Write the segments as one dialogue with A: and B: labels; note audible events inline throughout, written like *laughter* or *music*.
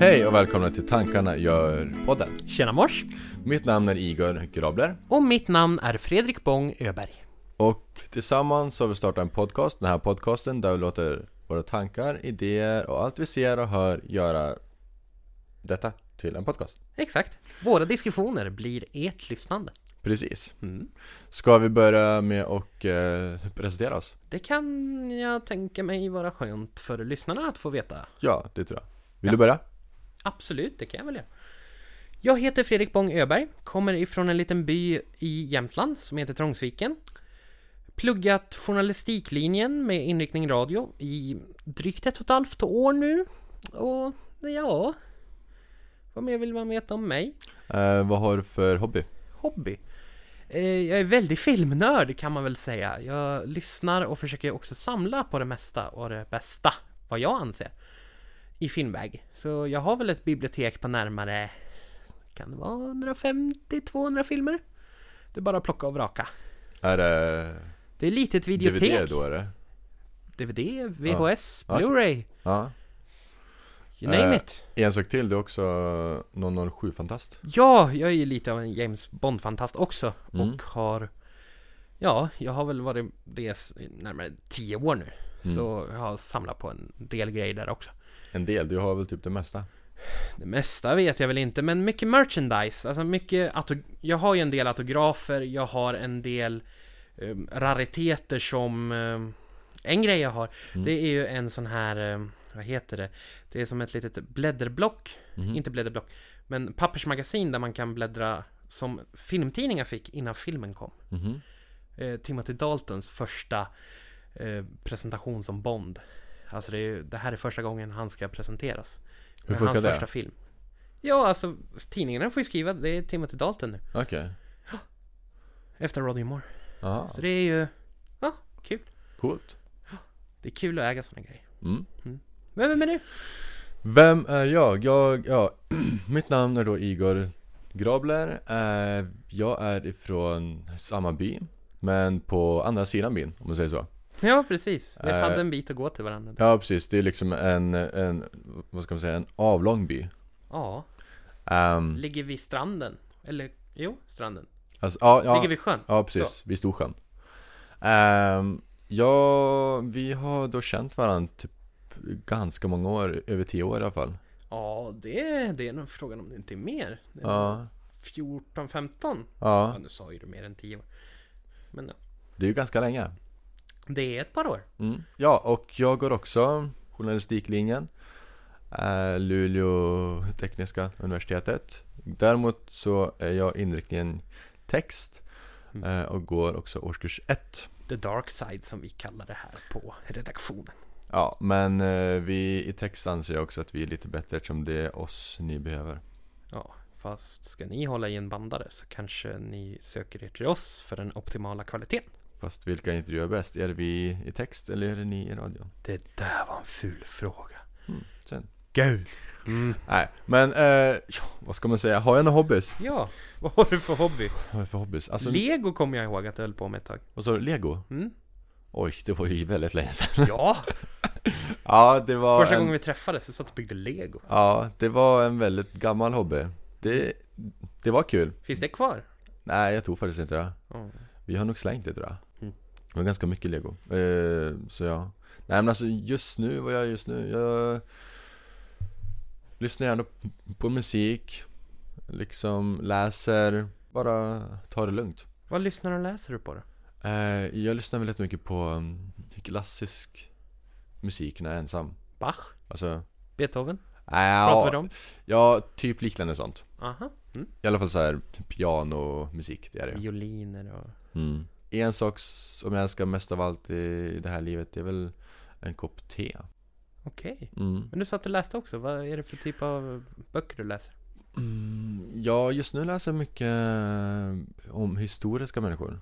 A: Hej och välkomna till Tankarna gör podden.
B: Tjena mors!
A: Mitt namn är Igor Grabler
B: Och mitt namn är Fredrik Bong Öberg.
A: och tillsammans har vi startat en podcast, den här podcasten där vi låter våra tankar, idéer och allt vi ser och hör göra detta till en podcast.
B: Exakt. Våra diskussioner blir ert lyssnande.
A: Precis. Mm. Ska vi börja med att eh, presentera oss?
B: Det kan jag tänka mig vara skönt för lyssnarna att få veta.
A: Ja, det tror jag. Vill du börja?
B: Absolut, det kan jag väl göra. Jag heter Fredrik Bong Öberg, kommer ifrån en liten by i Jämtland som heter Trångsviken. Pluggat journalistiklinjen med inriktning radio i drygt ett och ett halvt år nu. Och ja, vad mer vill man veta om mig?
A: Eh, vad har du för hobby?
B: hobby. Eh, Jag är väldigt filmnörd kan man väl säga. Jag lyssnar och försöker också samla på det mesta och det bästa, vad jag anser, i filmväg. Så jag har väl ett bibliotek på närmare, kan det vara 150-200 filmer? Det är bara att plocka och vraka.
A: Är det
B: Det är litet videotek.
A: DVD då eller?
B: DVD, VHS,
A: Ja.
B: Blu-ray,
A: Ja.
B: you name
A: Eh.
B: it.
A: En sak till, du är också 007-fantast.
B: Ja, jag är ju lite av en James Bond-fantast också
A: Mm.
B: och har Ja, jag har väl varit det s- i närmare tio år nu Så jag har samlat på en del grejer där också
A: En del, du har väl typ det mesta?
B: Det mesta vet jag väl inte, men mycket merchandise Alltså mycket auto- Jag har ju en del autografer, jag har en del um, rariteter som ehm, En grej jag har, det är ju en sån här ehm, Vad heter det? Det är som ett litet blädderblock Inte blädderblock Men pappersmagasin där man kan bläddra Som filmtidningar fick innan filmen kom
A: Mhm.
B: eh, Timothy Daltons första eh, presentation som Bond. Alltså det, är, ju- det här är första gången han ska presenteras.
A: Hur
B: Men
A: funkar
B: hans
A: det?
B: första film. Ja, alltså tidningarna får ju skriva det är Timothy Dalton nu.
A: Okej.
B: Efter Roger Moore.
A: Ja,
B: Så det är ju, ja, kul.
A: coolt.
B: Det är kul att äga såna grejer.
A: Mm.
B: Men vem är du?
A: Vem är jag? Jag, ja, *clears throat* mitt namn är då Igor Grabler. Eh, jag är ifrån samma by, men på andra sidan byn, om man säger så.
B: Ja, precis. Vi
A: Eh,
B: hade en bit att gå till varandra. Ja.
A: Ja, precis. Det är liksom en, en vad ska man säga, en avlång by. Ehm,
B: ligger vid stranden. Eller, jo, stranden.
A: alltså, ja, ja,
B: Ligger vid sjön.
A: ja, precis.
B: Så.
A: Vid Storsjön. Ehm, ja, vi har då känt varandra typ ganska många år, över tio år i alla fall.
B: Ja, det, det är nog frågan om det inte är mer. Det är
A: Ja,
B: 14, 15
A: ja.
B: Ja, nu sa ju du mer än 10 år. Men ja,
A: Det är ju ganska länge.
B: det är ett par år.
A: Mm. Ja, och jag går också journalistiklinjen. Eh, Luleå tekniska universitetet. Däremot så är jag inriktningen text eh, och går också årskurs ett.
B: The dark side som vi kallar det här på redaktionen.
A: Ja, men eh, vi i text anser jag också att vi är lite bättre eftersom det är oss ni behöver.
B: Ja, fast ska ni hålla i en bandare så kanske ni söker er till oss för den optimala kvaliteten.
A: Fast vilka intervjuer bäst? Är det vi i text eller är det ni i radion?
B: Det där var en ful fråga.
A: Sen.
B: Gud! Mm.
A: Nej, men eh, ja, vad ska man säga? Har jag några hobbys?
B: Ja, vad har du för hobby?
A: Vad har jag för hobbys? Alltså,
B: Lego kommer jag ihåg att jag höll på med ett tag.
A: vad sa du? Lego?
B: Mm.
A: Oj, det var ju väldigt länge sedan.
B: *laughs* Ja,
A: Ja, det var
B: första
A: en,
B: gången vi träffades så satt och byggde lego.
A: Ja, det var en väldigt gammal hobby Det, det var kul
B: Finns det kvar?
A: Nej, jag tror faktiskt inte det
B: Ja.
A: Vi har nog slängt det tror jag
B: Mm.
A: Det var ganska mycket lego eh, Så ja Nej men alltså just nu, vad jag gör just nu Jag lyssnar gärna på musik Liksom läser Bara tar det lugnt
B: Vad lyssnar och läser du på då?
A: eh, Jag lyssnar väldigt mycket på mm, klassisk musik när jag är ensam
B: Bach?
A: Alltså
B: Beethoven?
A: nej,
B: Pratar vi
A: ja,
B: om?
A: ja, typ liknande sånt
B: Aha. Mm.
A: I alla fall så här typ pianomusik, det är det
B: Violiner och...
A: mm. En sak som jag älskar mest av allt i det här livet det är väl en kopp te
B: Okej.
A: mm.
B: Men du sa att du läste också, vad är det för typ av böcker du läser?
A: Mm. Ja, just nu läser jag mycket om historiska människor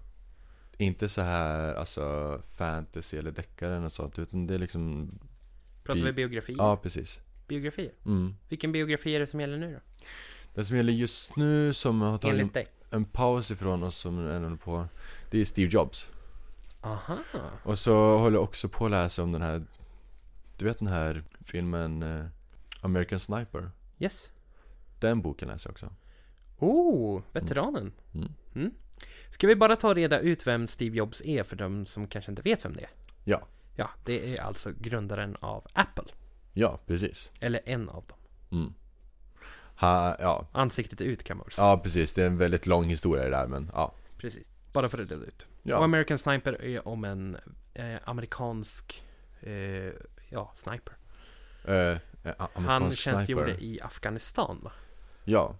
A: Inte så här alltså fantasy eller deckare eller något sånt utan det är liksom
B: Pratar
A: Bi-
B: vi biografier?
A: Ja, precis
B: Biografier?
A: mm.
B: Vilken biografi är det som gäller nu då?
A: Det som gäller just nu som har tagit
B: Enligt
A: en,
B: dig?
A: en paus ifrån oss som jag håller på Det är Steve Jobs
B: Aha!
A: Och så håller jag också på att läsa om den här Du vet den här filmen eh, American Sniper?
B: Yes.
A: Den boken läser jag också.
B: Oh, veteranen.
A: Mm.
B: Mm. Ska vi bara ta och reda ut vem Steve Jobs är för de som kanske inte vet vem det är?
A: Ja,
B: Ja, det är alltså grundaren av Apple.
A: ja precis.
B: Eller en av dem.
A: Mm. Ha, ja.
B: Ansiktet ut kan man väl säga.
A: ja, precis. Det är en väldigt lång historia det där men ja.
B: Precis. Bara för att reda ut. Och
A: Ja,
B: American Sniper är om en eh, amerikansk eh, ja, sniper.
A: eh, eh,
B: Han
A: amerikansk
B: tjänstgjorde
A: sniper.
B: i Afghanistan va?
A: Ja.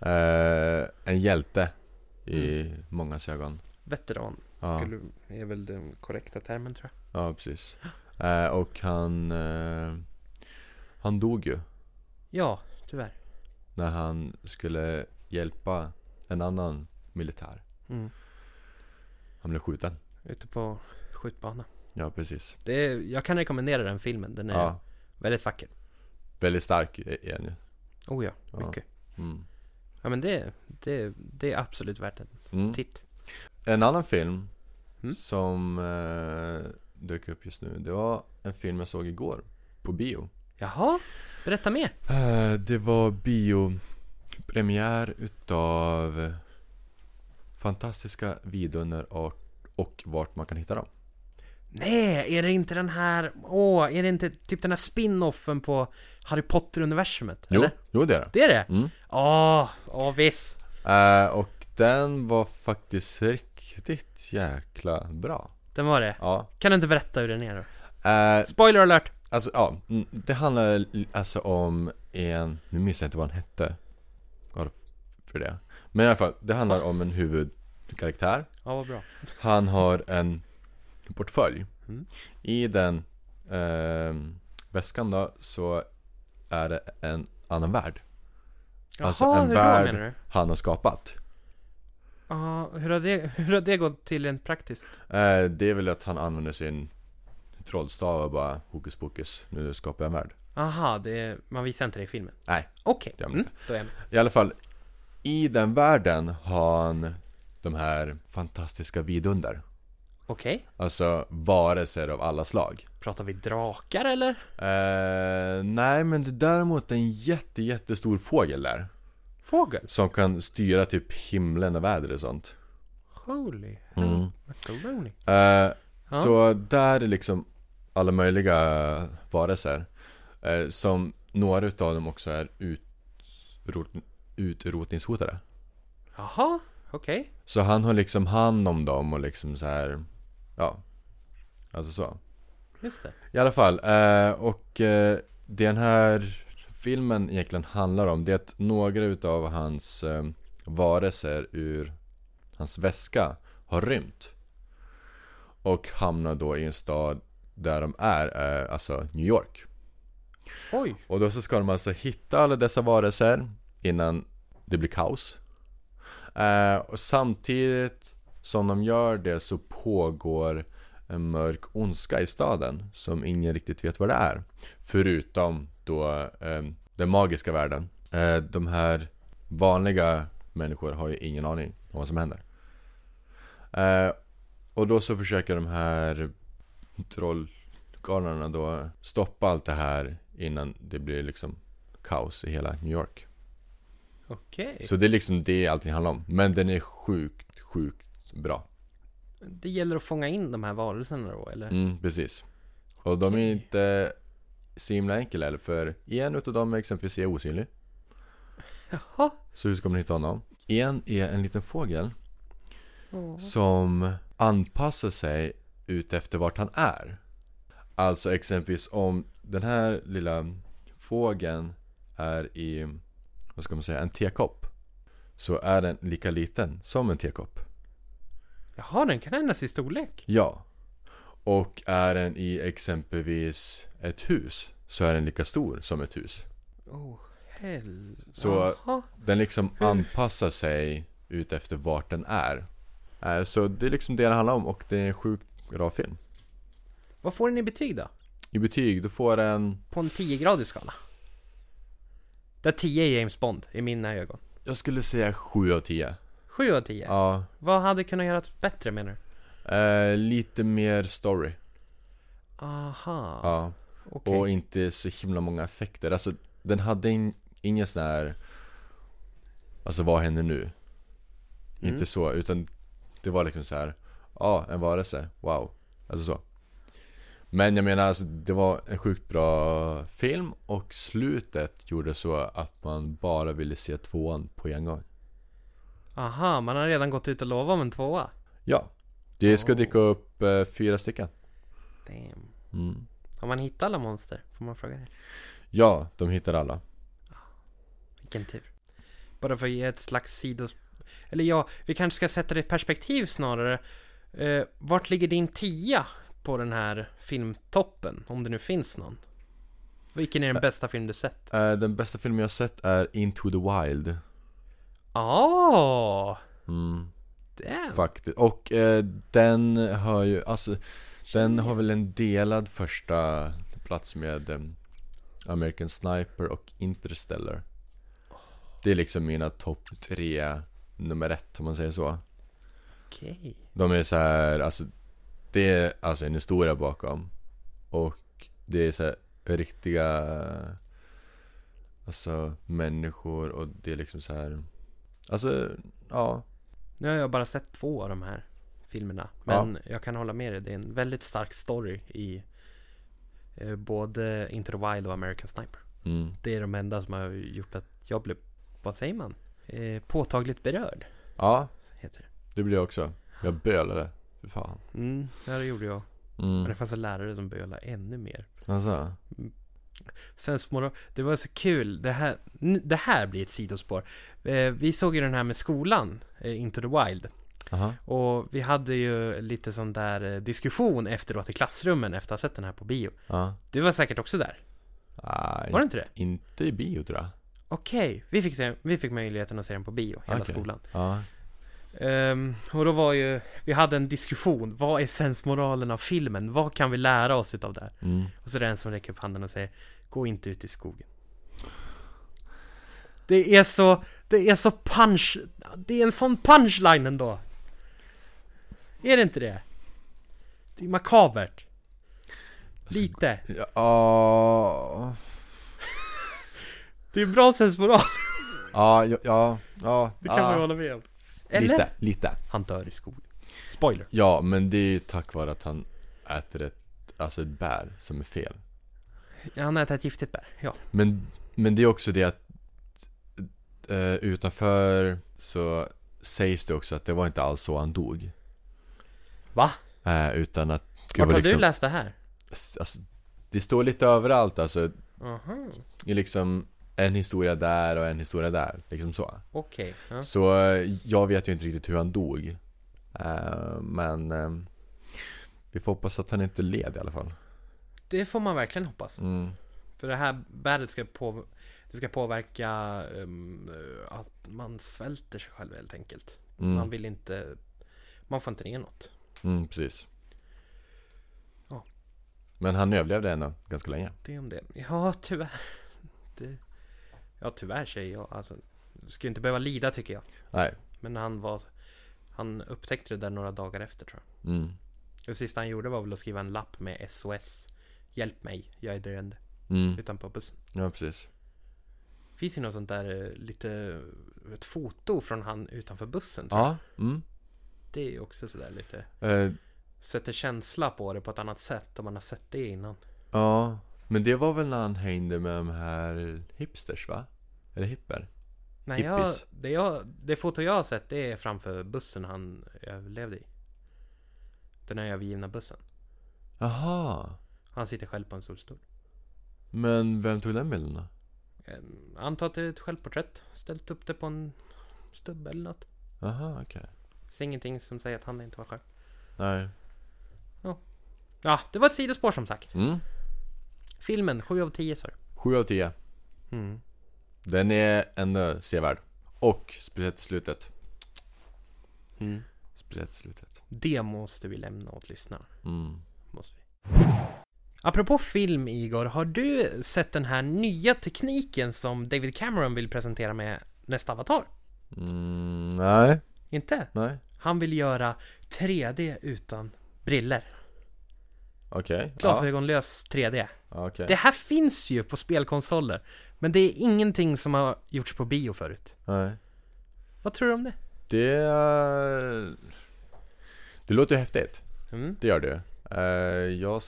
A: Eh, en hjälte i
B: Mm.
A: mångas ögon.
B: Veteran
A: Ja,
B: skulle, är väl den korrekta termen tror jag.
A: ja precis. Eh, och han, eh, han dog ju
B: Ja, tyvärr.
A: när han skulle hjälpa en annan militär.
B: Mm.
A: Han blev skjuten.
B: Ute på skjutbana.
A: Ja, precis.
B: Det är, jag kan rekommendera den filmen. Den är
A: Ja,
B: väldigt vacker.
A: väldigt stark är han ju.
B: Oh ja,
A: Ja.
B: mycket.
A: Mm.
B: Ja men det, det, det är absolut värt en
A: Mm.
B: titt.
A: En annan film
B: Mm.
A: som eh, dök upp just nu, det var en film jag såg igår på bio.
B: Jaha, berätta mer.
A: Eh, det var biopremiär utav fantastiska videoner och, och vart man kan hitta dem.
B: Nej, är det inte den här, åh, är det inte typ den här spin-offen på Harry Potter-universumet?
A: Jo,
B: eller?
A: jo det är det.
B: Det är det?
A: Mm.
B: Åh, åh visst.
A: Eh, och den var faktiskt riktigt jäkla bra.
B: Den var det.
A: Ja.
B: Kan du inte berätta hur den är då?
A: Eh,
B: Spoiler alert!
A: Alltså ja, mm, det handlar l- alltså om en, nu minns jag inte vad han hette Ja, för det Men i alla fall, det handlar om en huvudkaraktär
B: Ja, vad bra.
A: Han har en portfölj
B: Mm.
A: I den ehm, väskan då så är det en annan värld
B: Jaha,
A: Alltså, en
B: hur
A: värld-
B: då menar du?
A: han har skapat
B: Ja, hur, har det, *laughs* hur har det gått till rent praktiskt?
A: eh, Det är väl att han använder sin trollstav och bara hokus pokus, nu skapar jag en värld
B: Aha, det är, man visar inte det i filmen?
A: Nej,
B: Okej,
A: Det gör man
B: mm, då är jag med.
A: I alla fall, i den världen har han de här fantastiska vidunder.
B: Okej,
A: Alltså varelser av alla slag.
B: pratar vi drakar eller?
A: Eh, nej men det är däremot en jätte, jättestor fågel där.
B: Fågel?
A: Som kan styra typ himlen och väder och sånt.
B: Holy
A: Mm.
B: macaroni.
A: Eh,
B: Ja.
A: Så där är liksom alla möjliga varelser. Eh, som några utav dem också är utrot- utrotningshotade.
B: Jaha, okej.
A: Så han har liksom hand om dem och liksom så här. Ja Alltså så
B: Just det.
A: I alla fall, eh, och eh, det den här filmen egentligen handlar om Det är att några utav hans eh, varelser ur hans väska har rymt Och hamnar då i en stad där de är, eh, alltså New York
B: Oj.
A: och då så ska de alltså hitta alla dessa varelser innan det blir kaos. Eh, och samtidigt som de gör det så pågår en mörk ondska i staden som ingen riktigt vet vad det är. Förutom då eh, den magiska världen. Eh, de här vanliga människor har ju ingen aning om vad som händer. Eh, och då så försöker de här troll amerikanerna då stoppa allt det här innan det blir liksom kaos i hela New York.
B: Okej.
A: Så det är liksom det allting handlar om. Men den är sjukt, sjukt bra.
B: Det gäller att fånga in de här varelserna då, eller?
A: Mm, precis. Och de är inte så himla enkla heller för en utav dem är exempelvis är osynlig.
B: Jaha.
A: Så hur ska man hitta honom? En är en liten fågel Mm. som anpassar sig ut efter vart han är. Alltså exempelvis om den här lilla fågeln är i, vad ska man säga, en tekopp. Så är den lika liten som en tekopp.
B: Jaha, den kan ändras i storlek.
A: Ja. Och är den i exempelvis ett hus så är den lika stor som ett hus.
B: Oh, hell...
A: Så-
B: Jaha.
A: Den liksom anpassar sig ut efter vart den är. Eh, Så det är liksom det det handlar om och det är en sjukt bra film.
B: Vad får den i betyg då?
A: I betyg, då får den
B: På en 10-gradig skala? Där 10 är James Bond, i mina ögon.
A: Jag skulle säga 7 av 10
B: 7 av 10.
A: Ja,
B: Vad hade kunnat göras bättre menar du?
A: eh, lite mer story
B: Aha,
A: Ja,
B: okej.
A: och inte så himla många effekter Alltså Den hade in, ingen sån här Alltså vad händer nu?
B: Mm.
A: Inte så, utan det var liksom så här Ja, en varelse, wow Alltså så Men jag menar, alltså, det var en sjukt bra film Och slutet gjorde så att man bara ville se tvåan på en gång
B: Aha, man har redan gått ut och lovat om en tvåa.
A: Ja, det ska
B: Oh.
A: dyka upp eh, fyra stycken
B: Damn.
A: mm.
B: Har man hittat alla monster? Får man fråga det?
A: Ja, de hittar alla
B: Vilken tur. Bara för att ge ett slags sidos... Eller ja, vi kanske ska sätta det i perspektiv snarare. Eh, vart ligger din tia på den här filmtoppen? Om det nu finns någon. Vilken är den bästa film du sett?
A: Eh, Den bästa filmen jag har sett är Into the Wild
B: Ah!
A: mm.
B: Damn!
A: Faktiskt. Och eh, den har ju, alltså Den har väl en delad första plats med eh, American Sniper och Interstellar Det är liksom mina topp tre nummer ett om man säger så
B: Okej.
A: De är så här, alltså Det är alltså en historia bakom Och det är så här riktiga Alltså människor och det är liksom så här Alltså, ja
B: Nu har jag bara sett två av de här filmerna. Men jag kan hålla med dig, det är en väldigt stark story i eh, både Into the Wild och American Sniper.
A: mm.
B: Det är de enda som har gjort att jag blev, vad säger man? Eh, påtagligt berörd,
A: Ja,
B: heter det.
A: det blir jag också Jag bölade, för fan
B: Mm, ja, det gjorde jag. Men
A: mm.
B: det fanns en lärare som bölade ännu mer.
A: Alltså,
B: Sen små, det var så kul, det här, n- det här blir ett sidospår. Eh, vi såg ju den här med skolan, eh, Into the Wild.
A: aha
B: Och vi hade ju lite sån där eh, diskussion efteråt i klassrummen efter att ha sett den här på bio.
A: Ja.
B: Du var säkert också där,
A: Nej,
B: var det inte det?
A: inte i bio tror jag.
B: Okej, vi, fick se- vi fick möjligheten att se den på bio, hela
A: Okej.
B: skolan.
A: Ja.
B: Ehm, och då var ju, vi hade en diskussion, vad är sensmoralen av filmen? Vad kan vi lära oss utav det här?
A: Mm.
B: Och så är det en som räcker upp handen och säger Gå inte ut i skogen Det är så, det är så punch, det är en sån punchline ändå Är det inte det? Det är makabert
A: Alltså,
B: Lite,
A: Ja, ja,
B: det är bra sensmoral,
A: ja, ja, ja, ja.
B: det kan man ju hålla med om Eller?
A: Lite, lite.
B: Han dör i skogen Spoiler
A: Ja, men det är ju tack vare att han äter ett, alltså ett bär som är fel.
B: Han äter ett giftigt bär, ja
A: Men, men det är också det att eh, utanför så sägs det också att det var inte alls så han dog.
B: Va?
A: Eh, utan att det
B: Vart
A: var
B: har
A: liksom,
B: du läst det här?
A: alltså, det står lite överallt alltså.
B: Aha,
A: Det är liksom en historia där och en historia där. Liksom så.
B: okej ja.
A: Så eh, jag vet ju inte riktigt hur han dog Eh, Men eh, Vi får hoppas att han inte led i alla fall
B: Det får man verkligen hoppas
A: mm.
B: För det här bäret ska, på, det ska påverka ehm, eh, att man svälter sig själv helt enkelt. Man
A: Mm.
B: vill inte, man får inte ner något.
A: Mm, precis
B: Ja.
A: Men han överlevde ändå ganska länge
B: Det är om det. Ja, tyvärr. Det, ja, tyvärr säger jag. Alltså, du ska ju inte behöva lida tycker jag.
A: Nej
B: Men han var, han upptäckte det där några dagar efter tror jag.
A: mm.
B: Det sista han gjorde var väl att skriva en lapp med SOS. Hjälp mig, jag är döende.
A: Mm.
B: Utanpå bussen.
A: Ja precis
B: Finns det något sånt där eh, lite, ett foto från han utanför bussen? Tror jag.
A: Ja mm.
B: Det är ju också sådär lite
A: Eh,
B: sätter känsla på det på ett annat sätt om man har sett det innan.
A: Ja Men det var väl när han hängde med de här hipsters va? Eller hipper?
B: Nej, jag,
A: Hippies.
B: det, jag, det foto jag har sett det är framför bussen han överlevde i. Den här övergivna bussen.
A: Aha
B: Han sitter själv på en solstol.
A: Men vem tog den bilden då?
B: Eh, Anta att det är ett självporträtt. Ställt upp det på en stubbe eller något.
A: Aha okej
B: Det finns ingenting som säger att han inte var själv.
A: Nej
B: Ja, det var ett sidospår som sagt.
A: mm.
B: Filmen, 7 av 10 sa du.
A: Sju av tio
B: Mm.
A: Den är ändå sevärd. Och speciellt i slutet.
B: Mm.
A: Speciellt i slutet.
B: Det måste vi lämna åt lyssnarna.
A: Mm.
B: måste vi. Apropå film Igor, har du sett den här nya tekniken som David Cameron vill presentera med nästa Avatar?
A: Mm, nej,
B: Inte?
A: nej.
B: Han vill göra 3D utan briller.
A: Okej. ja,
B: Glasögonlös 3D.
A: okej.
B: Det här finns ju på spelkonsoler. Men det är ingenting som har gjorts på bio förut.
A: Nej.
B: Vad tror du om det?
A: Det... är- Det låter ju häftigt.
B: Mm.
A: Det gör det. Eh, Jag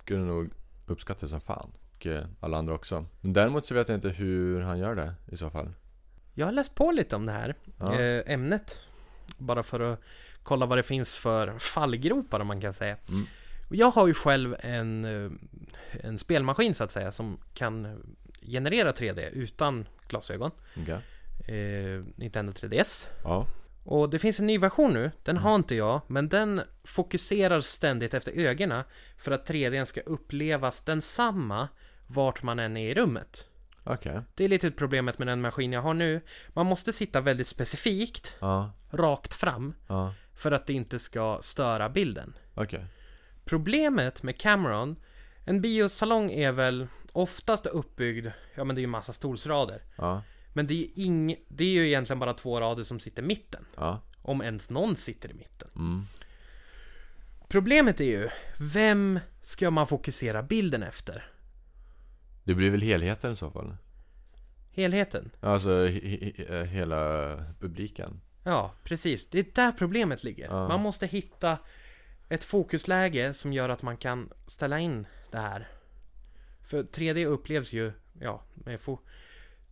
A: skulle nog uppskatta det som fan. Och eh, alla andra också. Men däremot så vet jag inte hur han gör det i så fall.
B: Jag har läst på lite om det här
A: Ja.
B: eh, ämnet. Bara för att kolla vad det finns för fallgropar om man kan säga.
A: Mm.
B: Och Jag har ju själv en, eh, en spelmaskin så att säga som kan generera 3D utan glasögon.
A: Okej.
B: Eh, Nintendo 3DS.
A: Ja.
B: Och det finns en ny version nu, den har inte jag, men den fokuserar ständigt efter ögonen för att 3Dn ska upplevas densamma vart man än är i rummet.
A: Okej.
B: Det är lite problemet med den maskin jag har nu. Man måste sitta väldigt specifikt,
A: Ja.
B: rakt fram,
A: Ja.
B: för att det inte ska störa bilden.
A: Okej.
B: Problemet med Cameron, en biosalong är väl oftast uppbyggd, ja men det är ju massa stolsrader.
A: Ja.
B: Men det är, ju ing, det är ju egentligen bara två rader som sitter i mitten.
A: Ja.
B: Om ens någon sitter i mitten.
A: Mm.
B: Problemet är ju, vem ska man fokusera bilden efter?
A: Det blir väl helheten i så fall?
B: Helheten?
A: Alltså he- he- he- hela publiken?
B: Ja, precis. Det är där problemet ligger.
A: Ja.
B: Man måste hitta ett fokusläge som gör att man kan ställa in det här. För 3D upplevs ju, ja, med fo-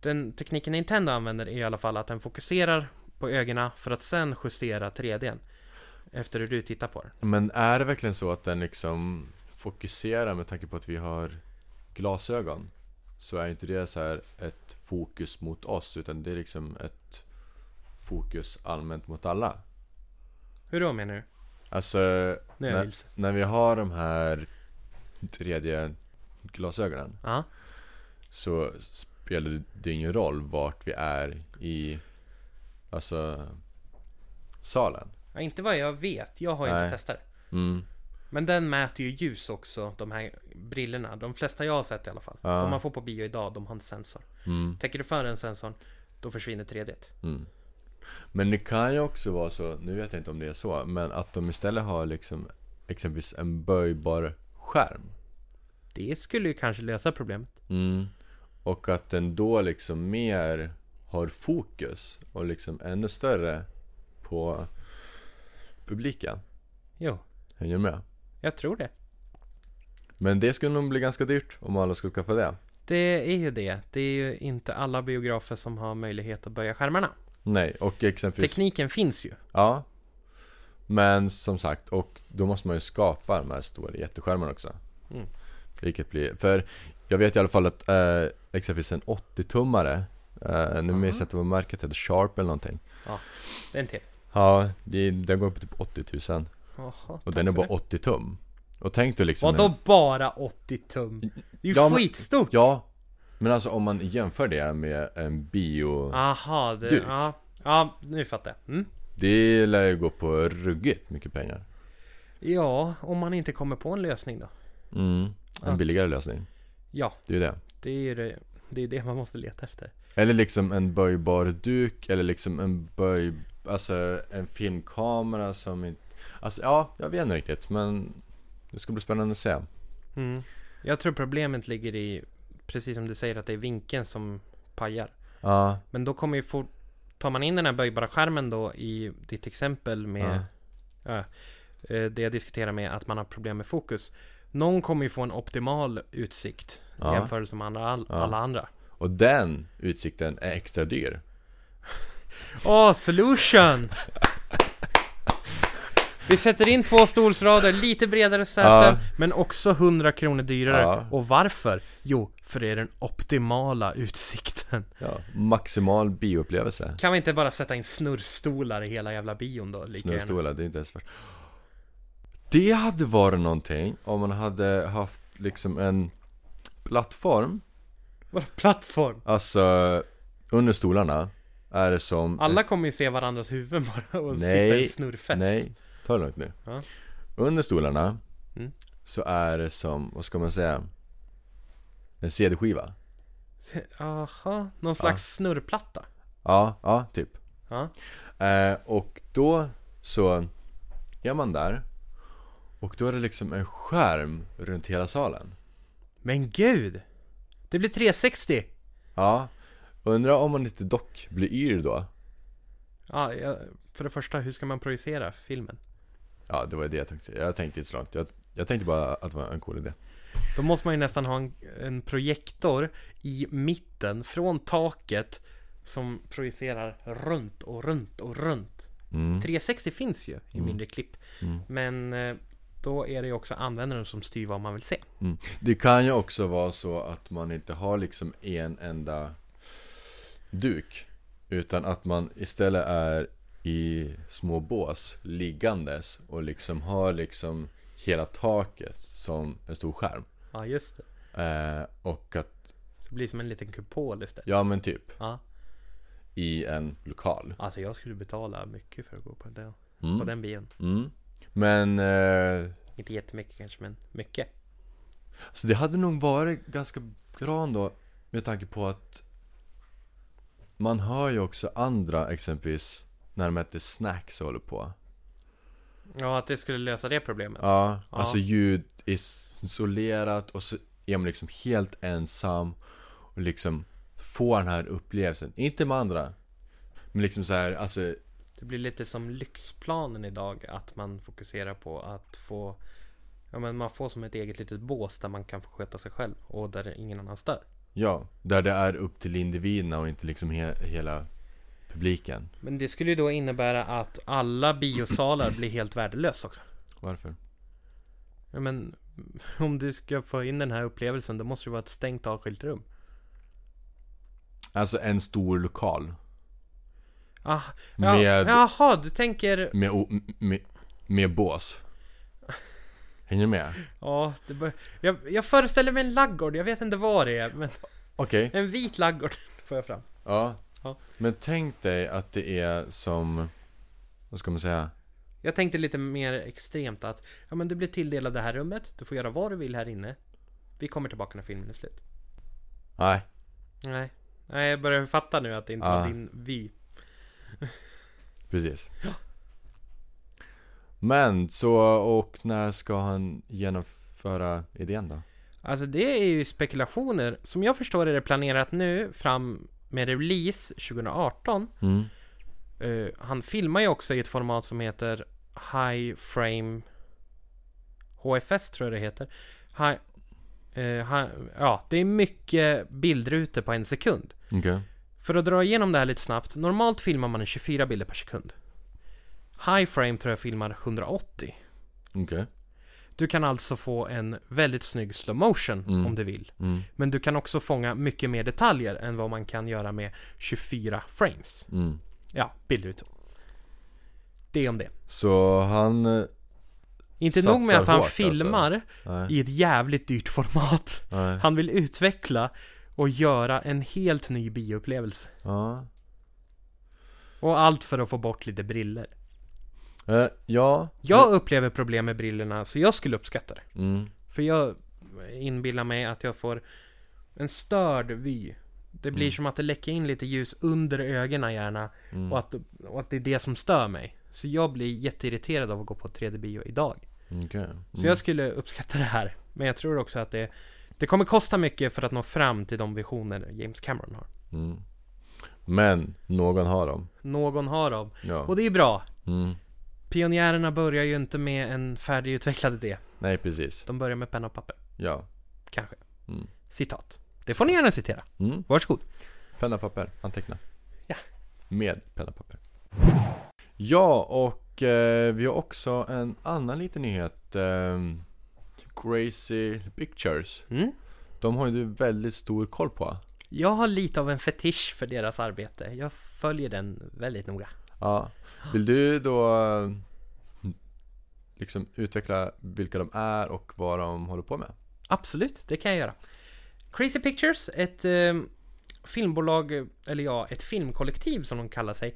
B: Den tekniken Nintendo använder är i alla fall att den fokuserar på ögonen för att sen justera 3Dn. Efter hur du tittar på den.
A: Men är det verkligen så att den liksom fokuserar med tanke på att vi har glasögon? Så är inte det så här ett fokus mot oss utan det är liksom ett fokus allmänt mot alla.
B: Hur då menar du?
A: Alltså
B: Nu är jag
A: när,
B: vilse.
A: när vi har de här 3D-glasögonen
B: Ja,
A: så spelar det ingen roll vart vi är i alltså salen.
B: Ja, inte vad jag vet. Jag har ju
A: Nej.
B: inte testat det.
A: Mm.
B: Men den mäter ju ljus också, de här brillorna. De flesta jag har sett i alla fall.
A: Ja.
B: De man får på bio idag, de har en sensor.
A: Mm.
B: Täcker du för den sensorn, då försvinner 3D.
A: Mm. Men det kan ju också vara så, nu vet jag inte om det är så, men att de istället har liksom exempelvis en böjbar skärm.
B: Det skulle ju kanske lösa problemet.
A: Mm. Och att den då liksom mer har fokus och liksom ännu större på publiken.
B: Jo,
A: Hänger du med?
B: jag tror det.
A: Men det skulle nog bli ganska dyrt om alla skulle skaffa det.
B: Det är ju det. Det är ju inte alla biografer som har möjlighet att böja skärmarna.
A: Nej, och exempelvis...
B: Tekniken finns ju.
A: Ja. Men som sagt, och då måste man ju skapa de här stora jätteskärmarna också.
B: Mm.
A: Vilket blir, för jag vet i alla fall att eh, exempelvis en 80-tummare, eh, nu
B: Mm.
A: minns jag inte vad märket heter, Sharp eller någonting.
B: Det är en till.
A: Ja, det, den går upp till typ 80 000
B: Jaha,
A: och den är bara 80 tum. Och tänk dig liksom... en-
B: Vadå bara 80 tum? Det är ju
A: Mm, Ja, men-
B: skitstort!
A: Ja, men alltså om man jämför det med en bio,
B: Ah. Aha, det...
A: Duk.
B: Ja, ja, nu fattar jag. Mm.
A: det lär ju gå på ruggigt mycket pengar.
B: Ja, om man inte kommer på en lösning då.
A: Mm. En
B: Att-
A: billigare lösning,
B: Ja,
A: det är ju det.
B: det är ju det, det, är det man måste leta efter.
A: Eller liksom en böjbar duk eller liksom en böj... Alltså en filmkamera som inte... Alltså ja, jag vet inte riktigt men det ska bli spännande att se.
B: Mm. Jag tror problemet ligger i, precis som du säger, att det är vinkeln som pajar.
A: Ja,
B: Men då kommer ju fort... Tar man in den här böjbara skärmen då i ditt exempel med... Ja. eh, det jag diskuterar med att man har problem med fokus. Någon kommer ju få en optimal utsikt
A: Ja.
B: i jämförelse med andra, all,
A: Ja.
B: alla andra.
A: och den utsikten är extra dyr.
B: Åh, solution! Vi sätter in två stolsrader, lite bredare säten,
A: Ja.
B: men också 100 kronor dyrare.
A: Ja.
B: Och varför? Jo, för det är den optimala utsikten.
A: Ja, maximal bioupplevelse.
B: Kan vi inte bara sätta in snurrstolar i hela jävla bion då? Lika gärna?
A: Snurrstolar, det är inte ens för... Det hade varit någonting om man hade haft liksom en plattform,
B: Vadå plattform?
A: alltså under stolarna är det som...
B: Alla kommer ju se varandras huvuden bara och sitta i
A: Mm. Nej,
B: en snurrfest.
A: Nej, ta det lugnt nu.
B: Ja.
A: Under stolarna
B: Mm.
A: så är det som, vad ska man säga? En CD-skiva.
B: Se- Aha,
A: Ah.
B: någon slags snurrplatta.
A: Ja, ja, typ.
B: Ja.
A: Eh, och då så är man där Och då är det liksom en skärm runt hela salen.
B: Men gud! Det blir 360!
A: Ja. Undrar om man inte dock blir yr då?
B: Ja, jag, för det första, hur ska man projicera filmen?
A: Ja, det var det jag tänkte. Jag tänkte inte så långt. Jag, jag tänkte bara att det var en cool idé.
B: Då måste man ju nästan ha en, en projektor i mitten från taket som projicerar runt och runt och runt.
A: Mm.
B: 360 finns ju i mindre klipp. Men eh, då är det ju också användaren som styr vad man vill se.
A: Mm. Det kan ju också vara så att man inte har liksom en enda duk Utan att man istället är i små bås liggandes och liksom har liksom hela taket som en stor skärm
B: Ja, just det.
A: eh, Och att,
B: Så det blir som en liten kupol istället.
A: ja men typ
B: Ja.
A: i en lokal
B: Alltså jag skulle betala mycket för att gå på den, på
A: Mm.
B: den bion.
A: mm. Men, eh,
B: Inte jättemycket kanske, men mycket.
A: så det hade nog varit ganska bra ändå med tanke på att man hör ju också andra exempelvis när de äter snacks och håller på
B: Ja, att det skulle lösa det problemet.
A: Ja,
B: Ja.
A: alltså ljud är isolerat och så är man liksom helt ensam och liksom får den här upplevelsen. Inte med andra, men liksom så här, alltså,
B: Det blir lite som lyxplanen idag att man fokuserar på att få Ja men man får som ett eget litet bås där man kan få sköta sig själv och där ingen annan stör.
A: ja, där det är upp till individerna och inte liksom he hela publiken.
B: Men det skulle ju då innebära att alla biosalar blir helt värdelösa också.
A: Varför?
B: Ja men *laughs* om du ska få in den här upplevelsen då måste det vara ett stängt avskilt rum.
A: Alltså en stor lokal
B: Ah, ja,
A: Med-
B: Jaha, du tänker...
A: med, o- m- med, med bås. Hänger du med?
B: Ja, det bör, jag, jag föreställer mig en laggård, jag vet inte vad det är men *laughs*
A: Okej,
B: en vit laggård *laughs* får jag fram.
A: ja.
B: Ja.
A: Men tänk dig att det är som, vad ska man säga?
B: Jag tänkte lite mer extremt att ja, men du blir tilldelad det här rummet, du får göra vad du vill här inne. Vi kommer tillbaka när filmen är slut.
A: Nej,
B: Nej, Nej jag börjar fatta nu att det inte
A: Ah.
B: var din vi.
A: Precis. Men så, och när ska han genomföra idén då?
B: Alltså det är ju spekulationer. Som jag förstår är det planerat nu fram med release 2018.
A: Mm.
B: Eh, han filmar ju också i ett format som heter High Frame HFS tror jag det heter. High, eh, hi, ja, det är mycket bildrutor på en sekund.
A: Okej.
B: För att dra igenom det här lite snabbt. Normalt filmar man i 24 bilder per sekund. High frame tror jag filmar 180.
A: Okej.
B: Du kan alltså få en väldigt snygg slow motion
A: Mm.
B: om du vill.
A: Mm.
B: Men du kan också fånga mycket mer detaljer än vad man kan göra med 24 frames.
A: Mm.
B: Ja, bildrutor. Det om det.
A: Så han... eh,
B: Inte
A: Satsar
B: nog med att han
A: hårt, alltså.
B: filmar
A: Nej.
B: i ett jävligt dyrt format.
A: Nej.
B: Han vill utveckla och göra en helt ny bioupplevelse.
A: Ja.
B: Och allt för att få bort lite briller.
A: Eh, ja.
B: Jag upplever problem med brillorna så jag skulle uppskatta det.
A: Mm.
B: För jag inbillar mig att jag får en störd vy. Det blir
A: Mm.
B: som att det läcker in lite ljus under ögonen gärna
A: Mm.
B: och, att, och att det är det som stör mig. Så jag blir jätteirriterad av att gå på 3D-bio idag.
A: Okej.
B: Så jag skulle uppskatta det här. Men jag tror också att det, det kommer kosta mycket för att nå fram till de visioner James Cameron har.
A: Mm. Men, någon har dem.
B: Någon har dem.
A: Ja.
B: Och det är bra.
A: Mm.
B: Pionjärerna börjar ju inte med en färdigutvecklad idé.
A: Nej, precis.
B: De börjar med penna och papper.
A: Ja.
B: Kanske.
A: Mm.
B: Citat. Det får ni gärna citera.
A: Mm.
B: Varsågod.
A: Penna, papper. Anteckna.
B: Ja.
A: Med penna, papper. Ja, och eh, vi har också en annan liten nyhet. Eh, Crazy Pictures.
B: Mm.
A: De har ju du väldigt stor koll på.
B: Jag har lite av en fetisch för deras arbete. Jag följer den väldigt noga.
A: Ja. Vill du då eh, liksom utveckla vilka de är och vad de håller på med?
B: Absolut, det kan jag göra. Crazy Pictures, ett eh, filmbolag, eh, eller ja, ett filmkollektiv som de kallar sig,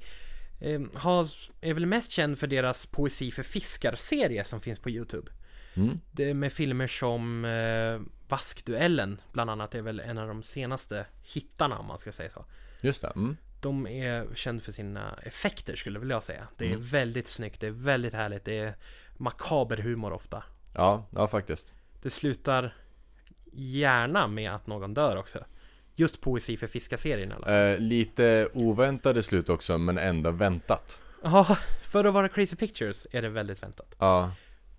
B: eh, har, är väl mest känd för deras Poesi för fiskar-serie som finns på YouTube.
A: Mm.
B: Det med filmer som eh, Vaskduellen, bland annat, är väl en av de senaste hittarna om man ska säga så.
A: Just det. Mm.
B: De är kända för sina effekter skulle väl jag säga. Det är
A: Mm.
B: väldigt snyggt, det är väldigt härligt, det är makaber humor ofta.
A: Ja, ja faktiskt.
B: Det slutar gärna med att någon dör också. Just poesi för fiskaserien i alla fall.
A: Eh, lite oväntade slut också, men ändå väntat.
B: Ja, för att vara Crazy Pictures är det väldigt väntat.
A: Ja.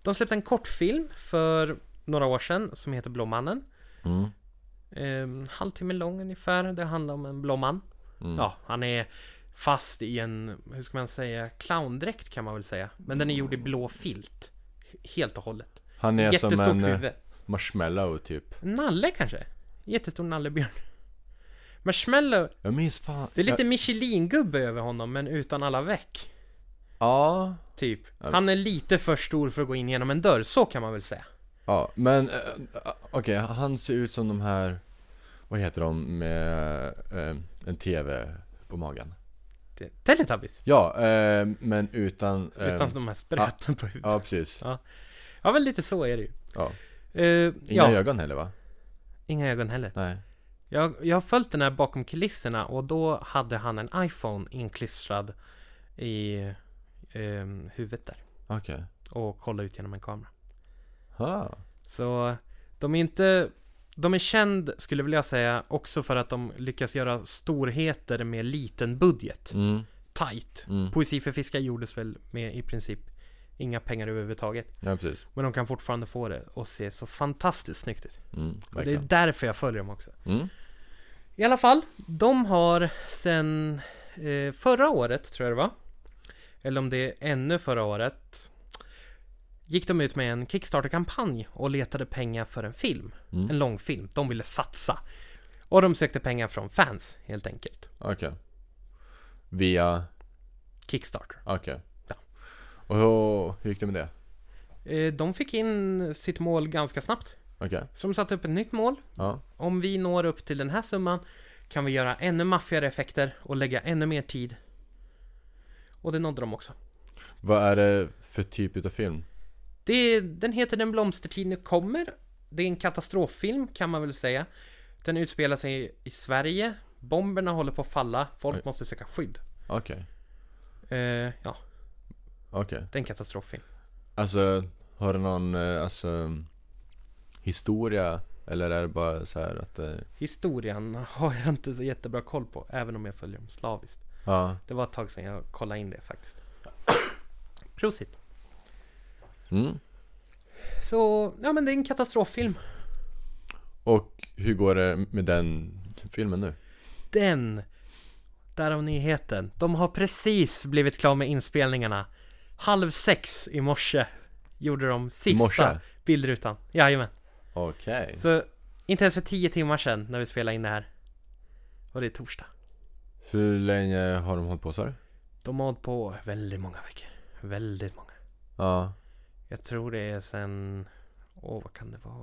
B: De släppte en kortfilm för några år sedan som heter Blåmannen.
A: Mm.
B: Eh, halvtimme lång ungefär. Det handlar om en blå man.
A: Mm.
B: Ja, han är fast i en, hur ska man säga, clowndräkt kan man väl säga. Men den är gjord i blå filt. Helt och hållet.
A: Han är som
B: Jättestort
A: en eh,
B: huvud.
A: marshmallow typ.
B: Nalle kanske? Jättestor nallebjörn. Marshmallow,
A: Jag minns fan.
B: det är lite
A: Jag,
B: Michelin-gubbe över honom men utan alla veck.
A: ja.
B: Typ. Han är lite för stor för att gå in genom en dörr, så kan man väl säga.
A: Ja, men eh, eh, okej, han ser ut som de här, vad heter de med eh, en TV på magen?
B: Det- Teletubbies.
A: Ja, eh, men utan... eh,
B: Utan de här sprätten på huvudet.
A: Ja, precis.
B: Ja, väl lite så är det ju.
A: Ja.
B: Eh,
A: Inga
B: ja,
A: ögon heller va?
B: inga ögon heller.
A: Nej.
B: Jag, jag har följt den här bakom kulisserna och då hade han en iPhone inklistrad i eh, huvudet där
A: Okej.
B: och kollade ut genom en kamera.
A: Ha.
B: Så de är inte... De är känd, skulle jag vilja säga, också för att de lyckas göra storheter med liten budget.
A: Mm,
B: Tight.
A: mm.
B: Poesi för fiskar gjordes väl med i princip inga pengar överhuvudtaget.
A: Ja, precis.
B: Men de kan fortfarande få det och se så fantastiskt snyggt ut.
A: Mm,
B: Och det är
A: verkligen.
B: därför jag följer dem också.
A: Mm.
B: I alla fall, de har sen eh, förra året, tror jag det var. Eller om det är ännu förra året. Gick de ut med en Kickstarter-kampanj och letade pengar för en film.
A: Mm.
B: En långfilm. De ville satsa. Och de sökte pengar från fans, helt enkelt.
A: Okej. Via,
B: Kickstarter.
A: okej.
B: Ja.
A: Och hur, hur gick det med det?
B: Eh, de fick in sitt mål ganska snabbt.
A: Okej.
B: Så de satte upp ett nytt mål.
A: Ja.
B: Om vi når upp till den här summan kan vi göra ännu maffigare effekter och lägga ännu mer tid. Och det nådde de också.
A: Vad är det för typ utav film?
B: Det, den heter Den blomstertid nu kommer. Det är en katastroffilm kan man väl säga. Den utspelar sig i, i Sverige. Bomberna håller på att falla. Folk
A: Oj.
B: måste söka skydd.
A: Okej.
B: Eh, ja,
A: Okej.
B: det är en katastroffilm.
A: Alltså, har du någon, eh, alltså historia? Eller är det bara så här att eh, det,
B: Historien har jag inte så jättebra koll på, även om jag följer dem slaviskt.
A: ja.
B: Det var ett tag sedan jag kollade in det faktiskt. Prosit.
A: Mm.
B: Så, ja men det är en katastroffilm.
A: Och hur går det med den filmen nu?
B: den! Därav nyheten. De har precis blivit klara med inspelningarna. Halv sex i morse gjorde de sista
A: morse?
B: bildrutan. Jajamän.
A: Okej.
B: Så inte ens för tio timmar sedan när vi spelade in det här. Och det är torsdag.
A: Hur länge har de hållit på så här?
B: De har hållit på väldigt många veckor. Väldigt många.
A: Ja.
B: Jag tror det är sen... Åh, vad kan det vara?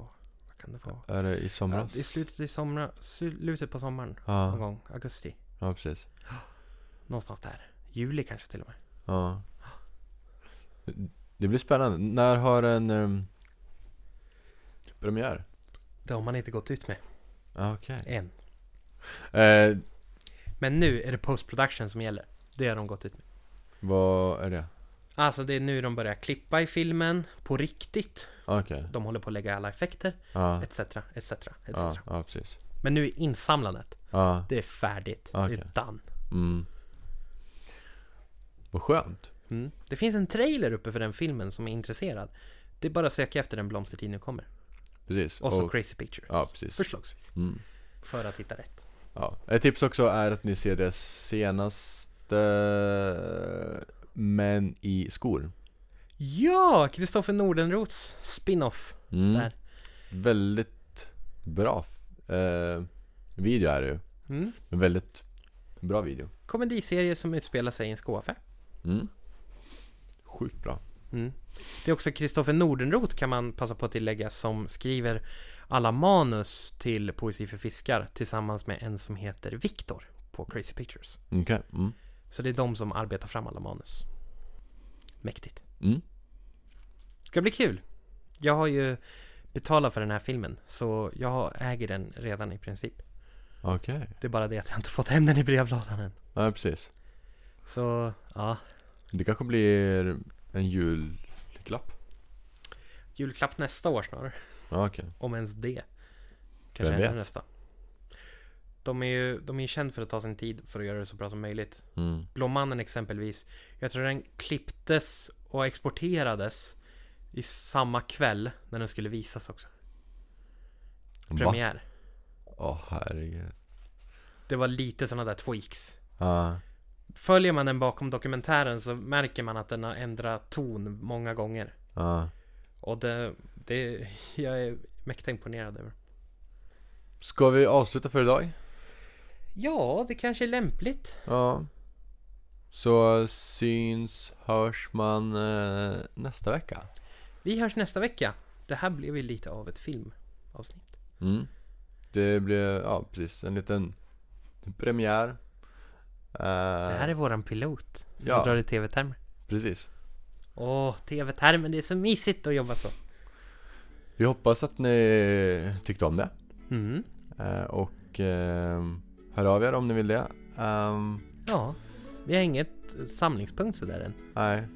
B: Vad kan det vara?
A: Är det i
B: Ja,
A: somras?
B: det är slutet, i somra, slutet på sommaren. Någon
A: Ja,
B: gång. Augusti.
A: ja precis.
B: Någonstans där. Juli kanske till och med.
A: Ja. Det blir spännande. När har den um, premiär?
B: Det har man inte gått ut med
A: Ja, Okej.
B: än.
A: Eh,
B: Men nu är det post-production som gäller. Det har de gått ut med.
A: vad är det?
B: Alltså det är nu de börjar klippa i filmen på riktigt.
A: Okej.
B: De håller på att lägga alla effekter,
A: Ja.
B: etc, etc, etc.
A: Ja, ja, precis.
B: Men nu är insamlandet.
A: Ja.
B: Det är färdigt. Det
A: Okej.
B: är done.
A: Mm. Vad skönt.
B: Mm. Det finns en trailer uppe för den filmen som är intresserad. Det är bara att söka efter den blomstertid nu kommer.
A: Precis.
B: Och så Crazy Pictures.
A: Ja, precis.
B: Förslagsvis.
A: Mm.
B: För att hitta rätt.
A: Ja. Ett tips också är att ni ser det senaste Män i skor.
B: Ja! Kristoffer Nordenros spin-off.
A: Mm.
B: Där.
A: Väldigt bra eh, video är det ju.
B: Mm.
A: En väldigt bra video.
B: Komediserie som utspelar sig i en skoaffär.
A: Mm. Sjukt bra.
B: Mm. Det är också Kristoffer Nordenroth kan man passa på att tillägga som skriver alla manus till Poesi för fiskar tillsammans med en som heter Viktor på Crazy Pictures.
A: Okej. Mm.
B: Så det är de som arbetar fram alla manus. Mäktigt.
A: Mm.
B: Ska bli kul. Jag har ju betalat för den här filmen så jag äger den redan i princip.
A: Okej.
B: Det är bara det att jag inte fått hem den i brevlådan än.
A: Ja, precis.
B: Så ja,
A: Det kanske blir en julklapp.
B: Julklapp nästa år snarare.
A: Ja, okej.
B: Om ens det.
A: Vem
B: Kanske ännu
A: vet?
B: nästa. De är ju de är ju kända för att ta sin tid för att göra det så bra som möjligt.
A: Mm.
B: Blåmannen exempelvis. Jag tror den klipptes och exporterades i samma kväll när den skulle visas också.
A: Va?
B: Premiär.
A: Åh herregud.
B: Det var lite sådana där tweaks.
A: Ja,
B: Följer man den bakom dokumentären så märker man att den har ändrat ton många gånger.
A: ja.
B: Och det, det jag är mäkta imponerad över.
A: Ska vi avsluta för idag?
B: Ja, det kanske är lämpligt.
A: Ja. Så syns, hörs man eh, nästa vecka.
B: Vi hörs nästa vecka. Det här blev ju lite av ett filmavsnitt.
A: Mm. Det blir, ja precis, en liten premiär. Eh,
B: Det här är våran pilot. Vi
A: Ja.
B: drar i tv-termer.
A: Precis.
B: Åh, tv-termer, det är så mysigt att jobba så.
A: Vi hoppas att ni tyckte om det.
B: Mm.
A: Eh, och ehm, hör av er om ni vill det. Ehm,
B: Ja, vi har inget eh, samlingspunkt sådär än.
A: nej,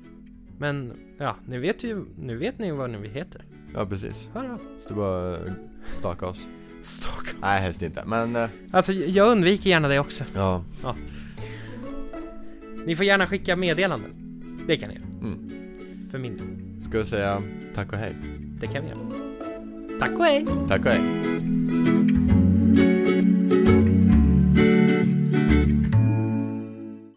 B: Men ja, ni vet ju, nu vet ni ju vad ni heter.
A: ja precis.
B: Hör av.
A: Så det är bara att staka oss.
B: Stalker.
A: Nej, helst inte. Men eh,
B: Alltså, jag undviker gärna det också.
A: ja,
B: Ni får gärna skicka meddelanden. Det kan ni göra.
A: Mm.
B: För min del.
A: ska vi säga tack och hej.
B: Det kan vi göra. Tack och hej!
A: Tack och hej.